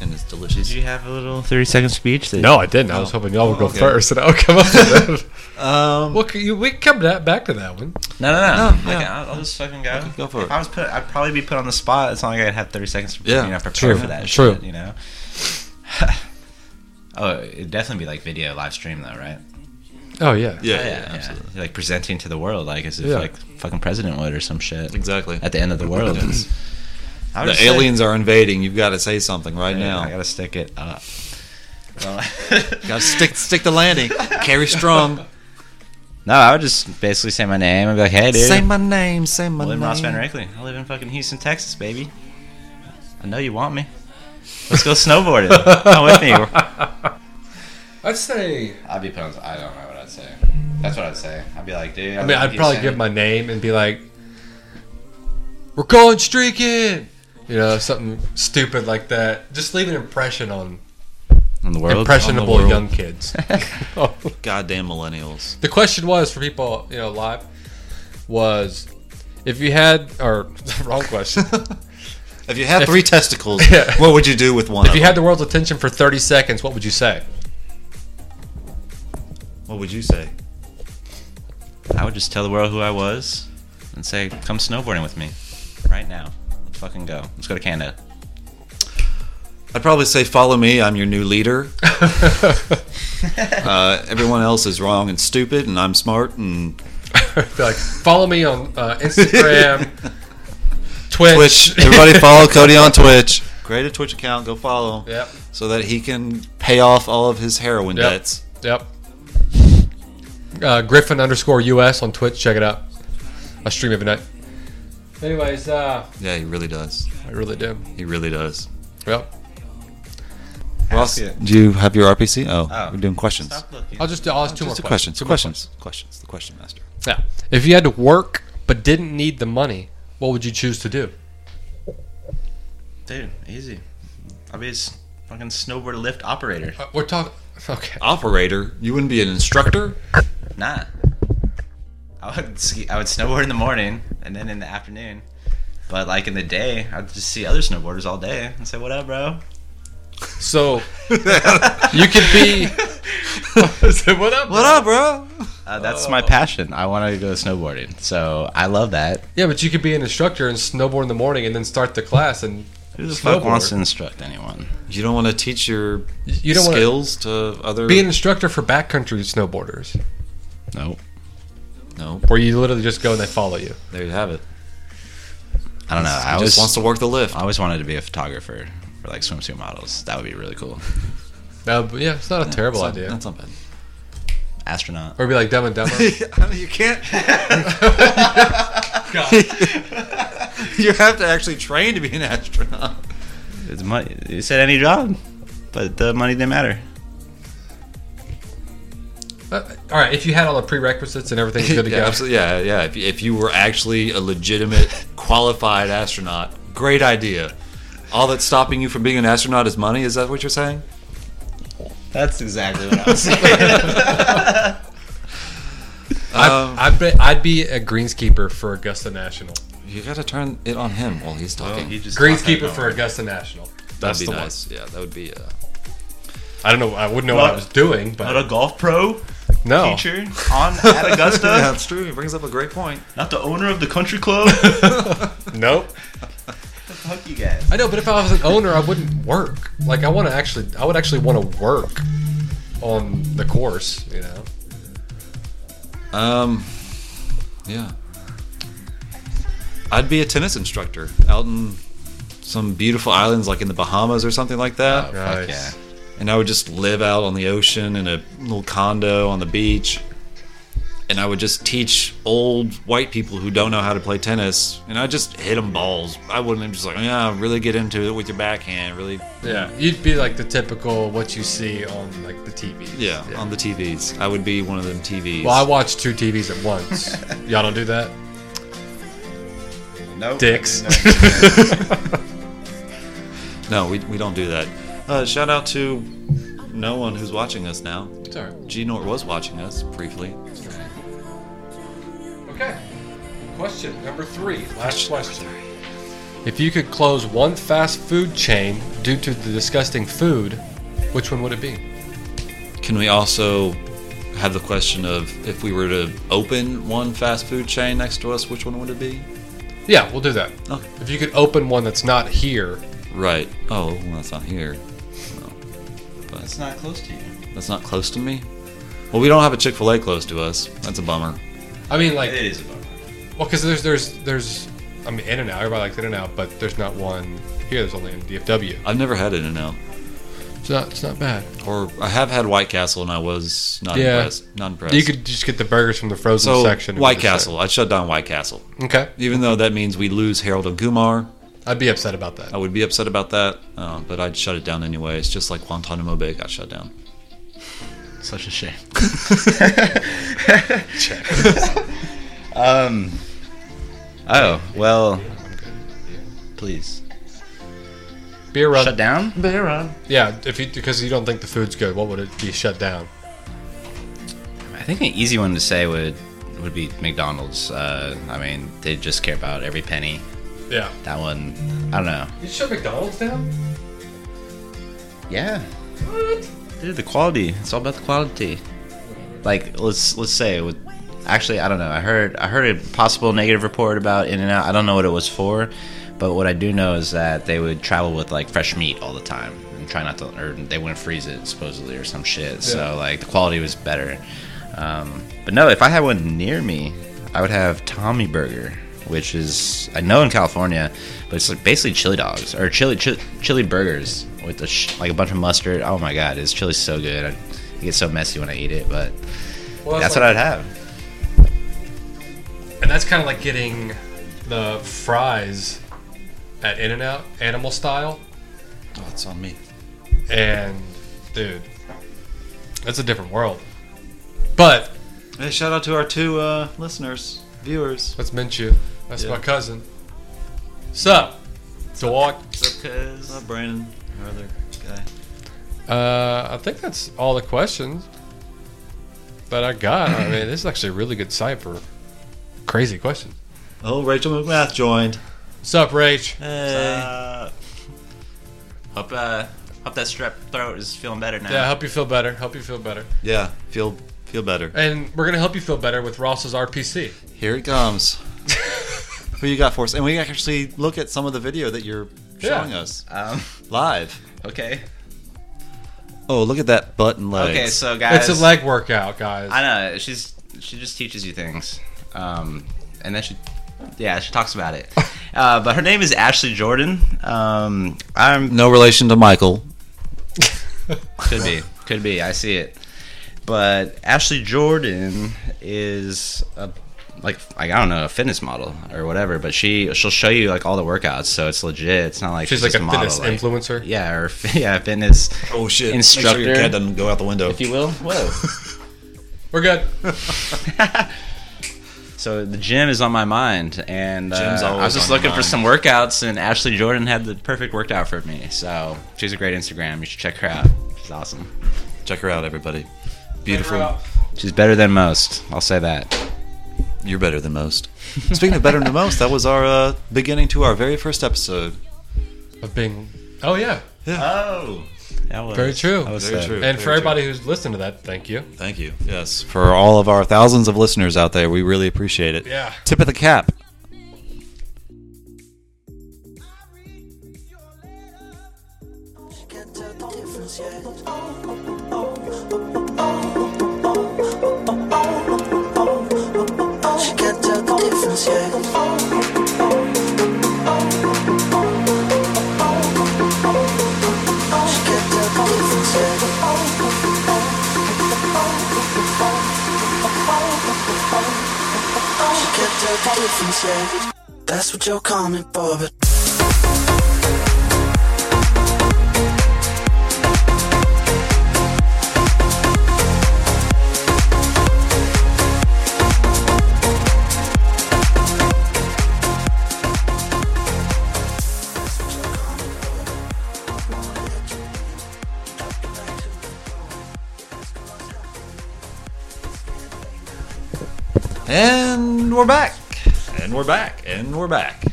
S3: and it's delicious.
S4: Did you have a little 30 second speech? That
S2: No, I didn't. I was hoping y'all would go
S3: okay.
S2: first and I would come up with it.
S3: Um,
S2: well, c- you- we can come to that, back to that one.
S4: No, no, no.
S3: No,
S4: Like,
S3: yeah.
S4: I'll, I'll just fucking go.
S3: Okay, go for
S4: if
S3: it.
S4: I was put, I'd probably be put on the spot. It's not like I'd have 30 seconds to
S3: Yeah,
S4: you know, prepare
S2: true,
S4: for that
S2: true.
S4: shit, you know? oh, it'd definitely be like video live stream, though, right?
S2: Oh, yeah.
S3: yeah, yeah, absolutely,
S4: Like presenting to the world, like as if
S2: Yeah.
S4: like fucking president would or some shit.
S3: exactly.
S4: At the end of the world. It's- I would
S3: The
S4: say-
S3: aliens are invading. You've got to say something right
S4: Yeah,
S3: now.
S4: I gotta stick it up. Well-
S3: Got to stick stick the landing. Carry strong.
S4: no, I would just basically say my name. I'd be like, hey, dude.
S3: Say my name. Say my
S4: I live in
S3: name.
S4: Ross Van Rankley. I live in fucking Houston, Texas, baby. I know you want me. Let's go snowboarding. Come with me.
S2: I'd say,
S4: I'd be put on. I don't know what I'd say. That's what I'd say. I'd be like, dude.
S2: I mean, I'd probably give my name and be like, we're going streaking. You know, something stupid like that. Just leave an impression on
S4: in the world.
S2: impressionable
S3: world.
S2: young kids.
S3: Goddamn millennials.
S2: the question was for people, you know, live was if you had or wrong question.
S3: If you had three testicles,
S2: Yeah.
S3: what would you do with one?
S2: if
S3: of
S2: you
S3: them?
S2: had the world's attention for 30 seconds, what would you say?
S3: what would you say?
S4: I would just tell the world who I was, and say, "Come snowboarding with me, right now. Let's fucking go. Let's go to Canada."
S3: I'd probably say, "Follow me. I'm your new leader." uh, everyone else is wrong and stupid, and I'm smart and
S2: Be like, follow me on uh, Instagram, Twitch.
S3: Twitch. Everybody follow Cody on Twitch. Create a Twitch account. Go follow him.
S2: Yep.
S3: So that he can pay off all of his heroin
S2: Yep.
S3: debts.
S2: Yep. Uh, Griffin underscore US on Twitch. Check it out. I stream every night. Anyways, uh,
S3: Yeah, he really does.
S2: I really do.
S3: He really does.
S2: Yep.
S3: Ross,
S4: it.
S3: do you have your RPC? Oh,
S4: Oh.
S3: we're doing questions.
S4: looking.
S2: I'll just do I'll ask two
S3: Just the
S2: more
S3: questions.
S2: questions. Two more
S3: questions. Questions. The question master.
S2: Yeah. If you had to work but didn't need the money, what would you choose to do?
S4: Dude, easy. I'll be a s- fucking snowboard lift operator.
S2: Uh, we're talking. Okay.
S3: Operator. You wouldn't be an instructor.
S4: Nah. I would ski, I would snowboard in the morning and then in the afternoon. But like in the day, I'd just see other snowboarders all day and say, "What up, bro?"
S2: So you could be. So what up?
S3: What up, bro?
S4: Uh,
S3: Oh.
S4: that's my passion. I want to go snowboarding, so I love that.
S2: Yeah, but you could be an instructor and snowboard in the morning and then start the class and
S4: Who the fuck
S2: Snowboard.
S4: wants to instruct anyone?
S3: You don't want to teach your
S2: you don't want
S3: skills to other.
S2: to be an instructor for backcountry snowboarders
S4: Nope.
S3: no,
S2: where you literally just go and they follow you.
S3: there you have it.
S4: I don't know.
S3: He
S4: I
S3: just
S4: always
S3: wants to work the lift.
S4: I always wanted to be a photographer for like swimsuit models. That would be really cool.
S2: Uh, but yeah, it's not a terrible
S3: That's not-
S2: idea.
S3: That's not bad.
S4: Astronaut.
S2: Or be like Dumb and Dumber.
S3: you can't. you have to actually train to be an astronaut.
S4: It's money. You said any job, but the money didn't matter.
S2: Uh, all right, if you had all the prerequisites and everything's good to
S3: yeah,
S2: go.
S3: absolutely. yeah, yeah. If, if you were actually a legitimate, qualified astronaut, great idea. All that's stopping you from being an astronaut is money. Is that what you're saying?
S4: That's exactly what I was saying.
S3: Um,
S2: I, I bet I'd be a greenskeeper for Augusta National.
S3: You got to turn it on him while he's talking.
S2: Greenskeeper for Augusta National.
S3: That'd
S2: That's
S3: be
S2: the
S3: nice. Yeah, that would be. Uh,
S2: one. I don't know. I wouldn't know what, I was doing,
S4: Not a
S2: but
S4: golf pro
S2: no.
S4: teacher on at Augusta.
S3: yeah, that's true. He brings up a great point.
S4: Not the owner of the country club.
S2: Nope.
S4: Fuck you guys.
S2: I know, but if I was an owner, I wouldn't work. Like I want to actually, I would actually want to work on the course. You know,
S3: Um, yeah. I'd be a tennis instructor out in some beautiful islands, like in the Bahamas or something like that.
S2: Nice.
S4: yeah.
S3: And I would just live out on the ocean in a little condo on the beach. And I would just teach old white people who don't know how to play tennis. And I just hit them balls. I wouldn't I'm just like, yeah, really get into it with your backhand. Really,
S2: yeah. You'd be like the typical what you see on like the TV.
S3: yeah, on the TVs. I would be one of them TVs.
S2: Well, I watch two TVs at once. Y'all don't do that,
S4: Nope.
S2: dicks.
S3: No, we, we don't do that. Uh, shout out to no one who's watching us now.
S2: Sorry.
S3: G Nort was watching us briefly.
S2: Okay. Question number three. Last question. If you could close one fast food chain due to the disgusting food, which one would it be?
S3: Can we also have the question of if we were to open one fast food chain next to us, which one would it be?
S2: Yeah, we'll do that.
S3: Okay.
S2: If you could open one that's not here,
S3: Right. Oh, well, that's not here. No.
S4: It's
S3: But
S4: not close to you.
S3: that's not close to me. Well, we don't have a Chick Fil A close to us. That's a bummer.
S2: I mean, like,
S4: It is a bummer.
S2: well, because there's, there's, there's, I mean, In and Out. Everybody likes In and Out, but there's not one here. There's only in DFW.
S3: I've never had In and Out,
S2: It's not, it's not bad.
S3: or I have had White Castle, and I was not
S2: Yeah.
S3: impressed. Not impressed.
S2: You could just get the burgers from the frozen
S3: so
S2: section. and
S3: White
S2: just-
S3: Castle. I shut down White Castle.
S2: Okay,
S3: even though that means we lose Harold and Kumar.
S2: I'd be upset about that.
S3: I would be upset about that, uh, but I'd shut it down anyway. It's just like Guantanamo Bay got shut down.
S4: Such a shame.
S2: Check.
S4: Um. Oh well. Please.
S2: Beer run.
S4: Shut down.
S2: Yeah, if you because you don't think the food's good, what would it be shut down?
S4: I think an easy one to say would would be McDonald's. Uh, I mean, they just care about every penny.
S2: Yeah.
S4: That one, I don't know.
S2: You shut McDonald's down?
S4: Yeah. What? Dude, the quality. It's all about the quality. Like, let's let's say with actually, I don't know. I heard I heard a possible negative report about In and Out. I don't know what it was for, but what I do know is that they would travel with like fresh meat all the time and try not to or they wouldn't freeze it supposedly or some shit.
S2: Yeah.
S4: So like the quality was better. Um, but no, if I had one near me, I would have Tommy Burger, which is I know in California, but it's like basically chili dogs or chili chili, chili burgers with a sh- like a bunch of mustard. Oh my god, it's chili's so good. I, it gets so messy when I eat it, but
S2: Well,
S4: that's what I'd have.
S2: And that's kind of like getting the fries at In and Out, animal style,
S3: Oh, it's on me.
S2: and dude, that's a different world. But
S3: Hey, shout out to our two uh, listeners, viewers.
S2: that's Minshew. That's
S3: Yeah.
S2: my cousin. Sup, Dwight.
S3: What's up, Brandon? Our other guy.
S2: Uh, I think that's all the questions that I got. I mean, this is actually a really good site for Crazy question.
S3: Oh, Rachel McMath joined.
S2: What's up, Rach?
S3: Hey.
S7: Uh, Hope uh, hope that strep throat is feeling better now.
S2: Yeah, help you feel better. Help you feel better.
S3: Yeah, feel feel better.
S2: And we're gonna help you feel better with Ross's RPC.
S3: Here it comes. Who you got for us? And we actually look at some of the video that you're
S2: Yeah.
S3: showing us
S4: Um,
S3: live.
S4: okay.
S3: Oh, look at that butt and legs.
S4: Okay, so guys,
S2: It's a leg workout, guys.
S4: I know she's she just teaches you things, um, and then she, yeah, she talks about it. Uh, but her name is Ashley Jordan. Um, I'm
S3: no relation to Michael.
S4: could be could be I see it, but Ashley Jordan is a like like I don't know a fitness model or whatever. But she she'll show you like all the workouts, so it's legit. It's not like
S2: She's like
S4: just
S2: a
S4: model,
S2: fitness
S4: like-
S2: influencer.
S4: Yeah, or yeah, fitness,
S3: Oh shit!
S4: Instructor.
S3: Make sure your cat doesn't go out the window.
S4: if you will. Whoa.
S2: We're good.
S4: So the gym is on my mind, and uh,
S3: Gym's
S4: I was
S3: always
S4: just
S3: on your
S4: looking for
S3: mind.
S4: some workouts, and Ashley Jordan had the perfect workout for me. So she's a great Instagram. You should check her out. She's awesome.
S3: Check her out, everybody. Beautiful.
S4: She's better than most. I'll say that.
S3: You're better than most. Speaking of better than most, that was our uh, beginning to our very first episode.
S2: Of being. Oh yeah,
S4: Oh, that was
S2: very true.
S4: That was
S3: Very
S4: sad.
S3: true.
S2: And for
S3: Very true.
S2: everybody who's listened to that, thank you.
S3: Thank you. Yes. For all of our thousands of listeners out there, we really appreciate it.
S2: Yeah.
S3: Tip of the cap.
S8: She can't tell the difference yet. She can't tell the difference yet. She can't tell the difference yet. That's what you're coming for, but
S3: And we're back. And we're back. And we're back.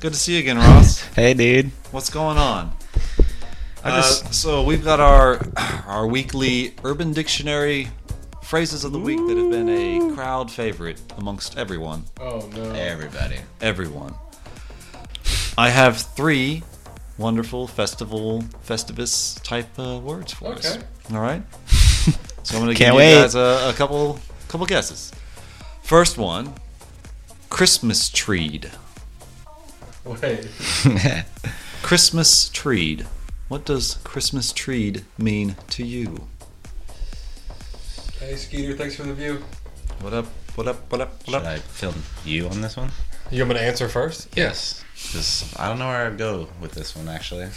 S3: Good to see you again, Ross.
S4: Hey, dude.
S3: What's going on?
S4: I
S3: Uh,
S4: just
S3: so we've got our our weekly Urban Dictionary phrases of the week that have been a crowd favorite amongst everyone.
S2: Oh no.
S4: everybody.
S3: Everyone. I have three wonderful festival festivus type uh, words for us.
S2: Okay.
S3: All right. So I'm gonna give
S4: Can't
S3: you
S4: wait.
S3: guys a, a couple couple guesses. First one, Christmas treed.
S2: Wait.
S3: Christmas treed. What does Christmas treed mean to you?
S2: Hey Skeeter, thanks for the view.
S3: What up? What up? What up? What up?
S4: Should I film you on this one?
S2: You want me to answer first?
S4: Yes. Just I don't know where I'd go with this one actually.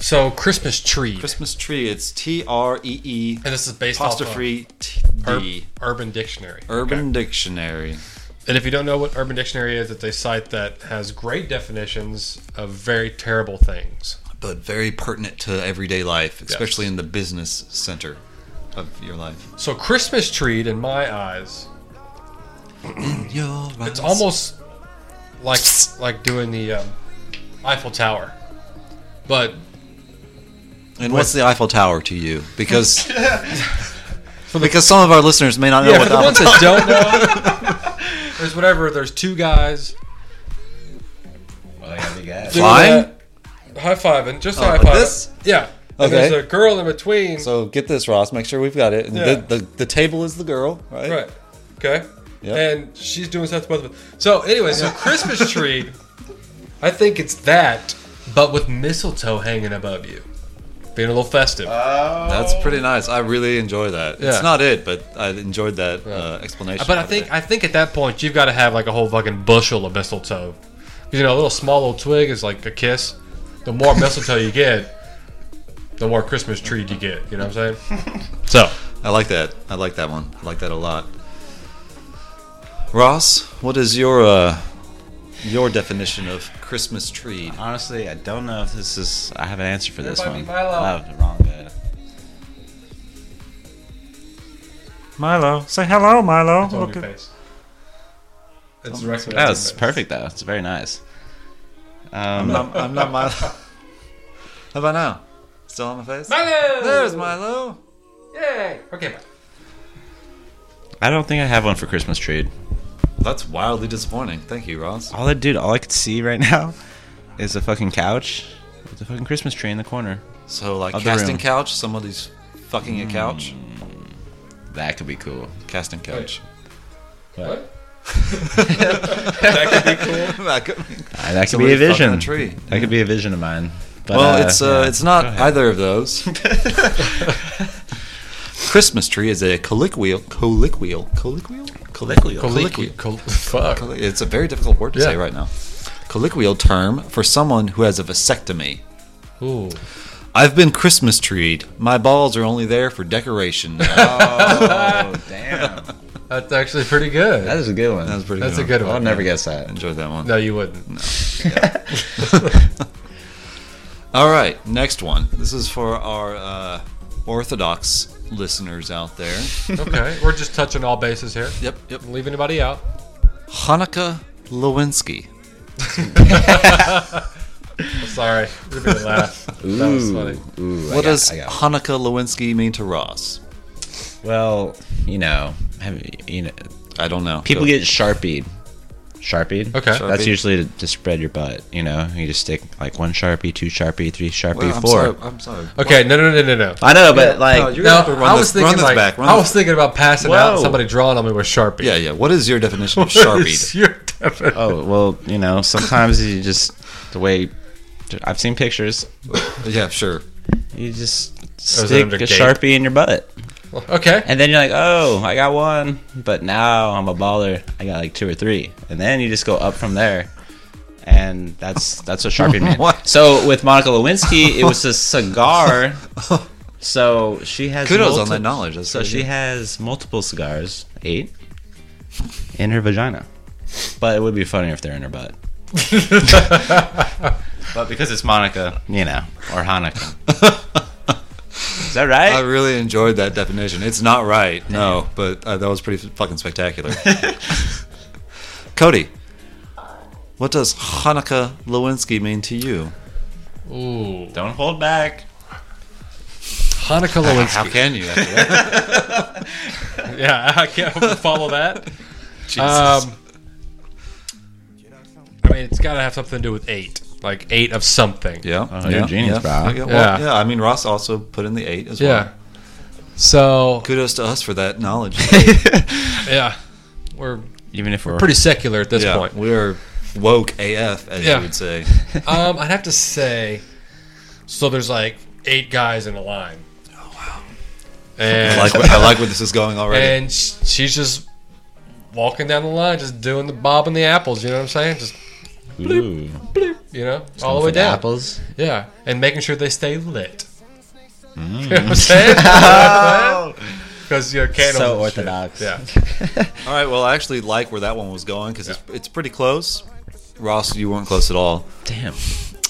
S2: So Christmas tree,
S3: Christmas tree. It's T R E E
S2: and this is based off of
S3: apostrophe T
S2: Ur-
S3: D.
S2: Urban Dictionary.
S3: Urban Dictionary.
S2: And if you don't know what Urban Dictionary is, it's a site that has great definitions of very terrible things.
S3: but very pertinent to everyday life, especially in the business center of your life.
S2: So Christmas tree, in my eyes,
S3: Your
S2: it's almost like like doing the um, Eiffel Tower, but
S3: and what's the Eiffel Tower to you? Because because some of our listeners may not know
S2: yeah,
S3: what
S2: for the
S3: that
S2: ones
S3: one's.
S2: that don't know, there's whatever. There's two guys
S4: Well, yeah, big ass.
S2: doing
S3: Flying?
S2: that, high fiving, just
S3: Oh,
S2: high
S3: like
S2: five.
S3: this?
S2: Yeah. And
S3: Okay.
S2: there's a girl in between.
S3: So get this, Ross. Make sure we've got it. And
S2: Yeah.
S3: the, the the table is the girl, right?
S2: Right. Okay.
S3: Yep.
S2: And she's doing stuff to both of us. So anyway, so Christmas tree, I think it's that, but with mistletoe hanging above you, being a little festive.
S3: Ah, That's pretty nice. I really enjoy that.
S2: Oh. Yeah.
S3: It's not it, but I enjoyed that uh, explanation.
S2: but I
S3: of it.
S2: think I think at that point you've got to have like a whole fucking bushel of mistletoe. You know, a little small little twig is like a kiss. The more mistletoe you get, the more Christmas tree you get. You know what I'm saying? So
S3: I like that. I like that one. I like that a lot. Ross, what is your uh, your definition of Christmas tree?
S4: Honestly, I don't know if this is. I have an answer for this
S2: Everybody
S4: one.
S2: be Milo.
S4: Oh, wrong bed.
S9: Milo. Say hello, Milo.
S2: on
S9: Look
S2: your
S9: at,
S2: face. It's directly
S4: That was perfect though. It's very nice.
S3: I'm
S4: Um,
S3: not, I'm not Milo. How about now? Still on my face?
S2: Milo!
S3: There's Milo.
S2: Yay! Okay, bye.
S4: I don't think I have one for Christmas tree.
S3: That's wildly disappointing. Thank you, Ross.
S4: All that dude, all I could see right now is a fucking couch with a fucking Christmas tree in the corner.
S3: So, like
S4: Other
S3: casting
S4: room.
S3: couch, somebody's fucking a couch.
S4: That could be cool.
S3: Casting couch.
S2: What?
S3: that could be,
S4: Uh, that could
S3: Somebody
S4: be a vision.
S3: fucking a tree.
S4: That could be a vision of mine. But,
S3: well, it's uh,
S4: yeah.
S3: it's not either of those. Christmas tree is a colloquial, colloquial, colloquial, colloquial, colloquial.
S2: Fuck.
S3: Colli- It's a very difficult word to
S2: Yeah.
S3: say right now. Colloquial term for someone who has a vasectomy.
S2: Ooh.
S3: I've been Christmas treed. My balls are only there for decoration. now.
S4: Oh damn!
S2: That's actually pretty good.
S4: That is a good one.
S3: That was pretty
S2: That's a
S3: good
S2: good
S4: I'll
S2: one.
S4: never guess that.
S3: Enjoyed that one.
S2: No, you wouldn't.
S3: All right, next one. This is for our uh, Orthodox listeners out there.
S2: Okay, we're just touching all bases here.
S3: Yep, yep.
S2: Leave anybody out.
S3: Hanukkah Lewinsky.
S2: Sorry. Give me a laugh. That was funny.
S4: Ooh, I
S3: What
S4: got-
S3: does
S4: I got
S3: Hanukkah Lewinsky mean to Ross?
S4: Well, you know, have, you know,
S3: I don't know.
S4: people
S3: Go.
S4: get sharpied. Sharpied.
S2: Okay.
S4: That's
S3: Sharpie.
S4: usually to, to spread your butt. You know, you just stick like one sharpie, two sharpie, three sharpie,
S3: Well, I'm
S4: four.
S3: sorry. I'm sorry.
S2: Okay, no, no, no, no, no.
S4: I know, but like,
S3: no, you're gonna
S2: No,
S3: have to run
S2: I
S3: this-
S2: was
S3: run
S2: thinking
S3: this
S2: like
S3: back, run
S2: I
S3: this-
S2: was thinking about passing out and
S4: Whoa.
S2: somebody drawing on me with sharpie.
S3: Yeah, yeah. What is your definition of
S2: What is
S3: Sharpie?
S2: your definition?
S4: oh well, you know, sometimes you just the way I've seen pictures,
S3: yeah, sure.
S4: you just
S2: it
S4: stick a
S2: under gape?
S4: sharpie in your butt,
S2: Okay.
S4: and then you're like, oh, I got one, but now I'm a baller. I got like two or three, and then you just go up from there. And that's that's what Sharpie meant.
S3: What?
S4: So with Monica Lewinsky, it was a cigar. So she has
S3: Kudos on
S4: multi-
S3: that knowledge. That's
S4: So
S3: pretty
S4: she
S3: good.
S4: has multiple cigars, eight, in her vagina. But it would be funnier if they're in her butt. but because it's Monica, you know, or Hanukkah. Is that right?
S3: I really enjoyed that definition. It's not right, no, but uh, that was pretty fucking spectacular. Cody, what does Hanukkah Lewinsky mean to you?
S2: Ooh.
S4: Don't hold back.
S2: Hanukkah
S3: How
S2: Lewinsky.
S3: can you? after that?
S2: Yeah, I can't follow that.
S3: Jesus.
S2: Um, I mean, it's got to have something to do with eight, like eight of something.
S3: yeah,
S4: Oh, you're a genius,
S3: yeah.
S4: bro.
S3: Yeah, well,
S2: Yeah.
S3: yeah, I mean Ross also put in the eight as
S2: Yeah.
S3: well.
S2: So
S3: Kudos to us for that knowledge.
S2: yeah, we're
S4: Even if we're
S2: pretty secular at this
S3: yeah,
S2: point.
S3: we are woke AF, as
S2: Yeah.
S3: you would say.
S2: Um, I'd have to say, so there's like eight guys in a line. Oh wow.
S3: I
S2: And
S3: like, where- I like where this is going already.
S2: and sh- she's just walking down the line, just doing the bobbing the apples. You know what I'm saying? Just
S4: Ooh.
S2: you know, all the
S4: For
S2: way
S4: the
S2: down.
S4: apples.
S2: Yeah, and making sure they stay lit. You know what I'm saying? Because your candles.
S4: So
S2: and shit.
S4: orthodox.
S2: Yeah.
S3: All right, well, I actually like where that one was going because it's, it's pretty close. Ross, you weren't close at all.
S4: Damn.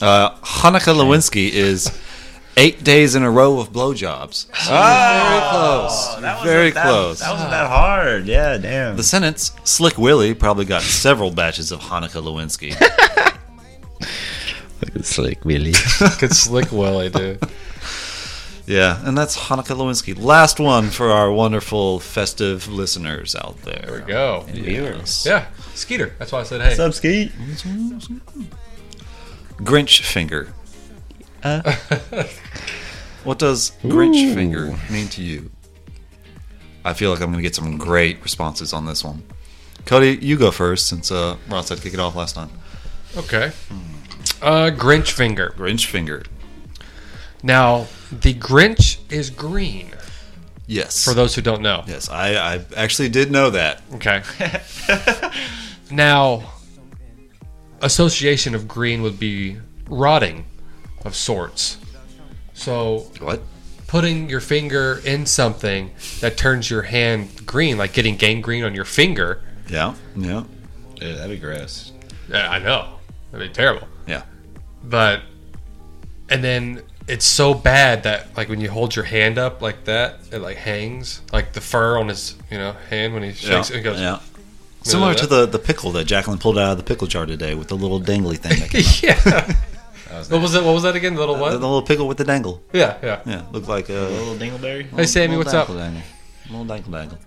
S3: Uh, Hanukkah Lewinsky is eight days in a row of blowjobs.
S2: Oh,
S3: So you're very close. You're very close.
S4: wasn't that hard. Yeah, damn.
S3: the sentence Slick Willie probably got several batches of Hanukkah Lewinsky.
S4: It's like really.
S2: Good slick Willie, dude.
S3: yeah, and that's Hanukkah Lewinsky. Last one for our wonderful festive listeners out there.
S2: There we go.
S4: Viewers.
S2: Yeah, Skeeter. That's why I said, hey.
S4: What's up, Skeet?
S3: Grinch finger.
S2: Uh.
S3: what does Grinch finger mean to you? I feel like I'm going to get some great responses on this one. Cody, you go first since uh, Ross had to kick it off last time.
S2: Okay. Uh, Grinch finger.
S3: Grinch finger.
S2: Now, the Grinch is green.
S3: Yes.
S2: For those who don't know.
S3: yes, I, I actually did know that.
S2: Okay. now, association of green would be rotting, of sorts. So
S3: What?
S2: putting your finger in something that turns your hand green, like getting gangrene on your finger.
S3: Yeah. Yeah.
S4: Dude, that'd be gross.
S2: Yeah, I know. That'd be terrible.
S3: Yeah.
S2: But, and then it's so bad that, like, when you hold your hand up like that, it, like, hangs. Like the fur on his, you know, hand when he shakes
S3: yeah.
S2: it, it goes,
S3: yeah. Similar
S2: that-
S3: to the, the pickle that Jacqueline pulled out of the pickle jar today with the little dangly thing that came out.
S2: yeah. What was Uh, that? What was that again? The little
S3: The,
S2: what?
S3: the little pickle with the dangle.
S2: Yeah, yeah.
S3: Yeah, looked like a
S7: Little dingleberry.
S2: Hey Sammy,
S3: little
S2: what's up?
S3: dankle dangle. Little dangle dangle.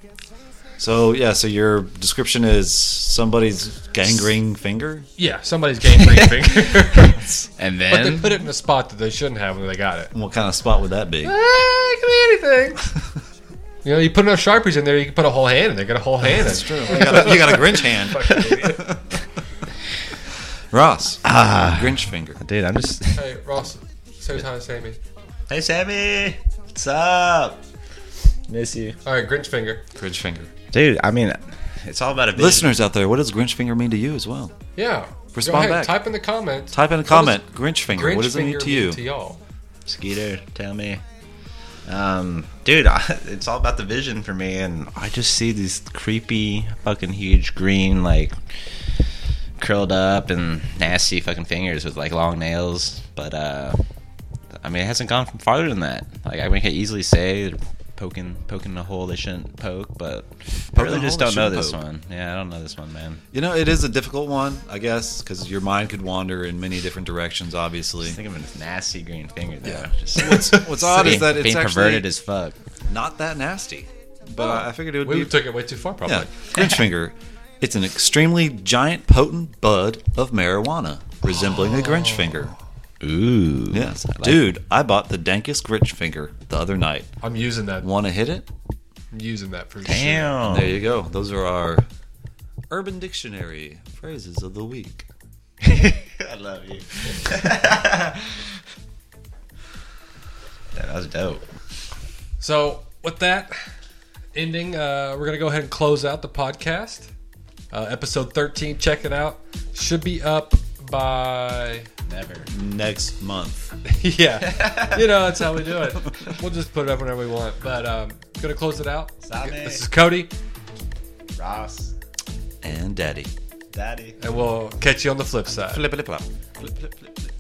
S3: So yeah, so your description is somebody's gangrene finger.
S2: Yeah, somebody's game green finger.
S4: And
S2: but they
S4: then
S2: put it in a spot that they shouldn't have when they got it.
S3: What kind of spot would that be?
S2: Eh, it could be anything. you know, you put enough sharpies in there, you can put a whole hand in there. Get a whole hand. That's true.
S3: You got a, you got a Grinch hand. Ross,
S2: Ah.
S3: Grinch finger.
S4: dude, I'm just
S2: Hey Ross, say hi to Sammy.
S7: Hey, Sammy. What's up?
S4: miss you.
S2: All right, Grinch finger.
S3: Grinch finger.
S4: Dude, I mean
S7: It's all about a vision.
S3: Listeners out there, what does Grinch finger mean to you as well?
S2: Yeah.
S3: Respond
S2: Go ahead,
S3: back.
S2: Type in the comments.
S3: Type in a
S2: What
S3: comment. Grinch finger.
S2: does Grinch
S3: what does it mean
S2: finger
S3: to you?
S2: To y'all.
S7: Skeeter, tell me.
S4: um
S7: Dude, I, it's all about the vision for me.
S4: and I just see these creepy fucking huge green like curled up and nasty fucking fingers with like long nails. But uh I mean it hasn't gone farther than that. Like I mean, I could easily say they're poking poking a hole they shouldn't poke, but I
S3: Poking
S4: really
S3: a
S4: just
S3: hole
S4: don't
S3: they shouldn't
S4: know this
S3: poke.
S4: one. Yeah, I don't know this one, man.
S3: You know, it is a difficult one, I guess, because your mind could wander in many different directions. Obviously,
S4: Just think of it as nasty green finger though.
S3: Yeah.
S4: Just
S3: what's, what's odd is that it's
S4: being
S3: actually
S4: perverted as fuck.
S3: not that nasty. But I I figured it would
S2: We
S3: be
S2: took it way too far, probably.
S3: Yeah, Grinch finger. It's an extremely giant, potent bud of marijuana, resembling a Grinch finger.
S4: Ooh.
S3: Yes,
S4: I like-
S3: dude, I bought the dankest Grinch finger the other night.
S2: I'm using that.
S3: Want to hit it?
S2: I'm using that for sure.
S4: Damn.
S3: There you go. Those are our Urban Dictionary phrases of the week.
S4: I love you. that was dope.
S2: So with that ending, uh, we're gonna go ahead and close out the podcast. Uh, episode 13. Check it out. Should be up by
S4: Never.
S3: Next month.
S2: yeah. You know that's how we do it. We'll just put it up whenever we want. But um, gonna close it out.
S4: Sammy.
S2: This is Cody,
S4: Ross.
S3: And Daddy.
S4: Daddy.
S2: and we'll catch you on the flip side.
S3: Flip, flip, flip. Flip, flip, flip, flip.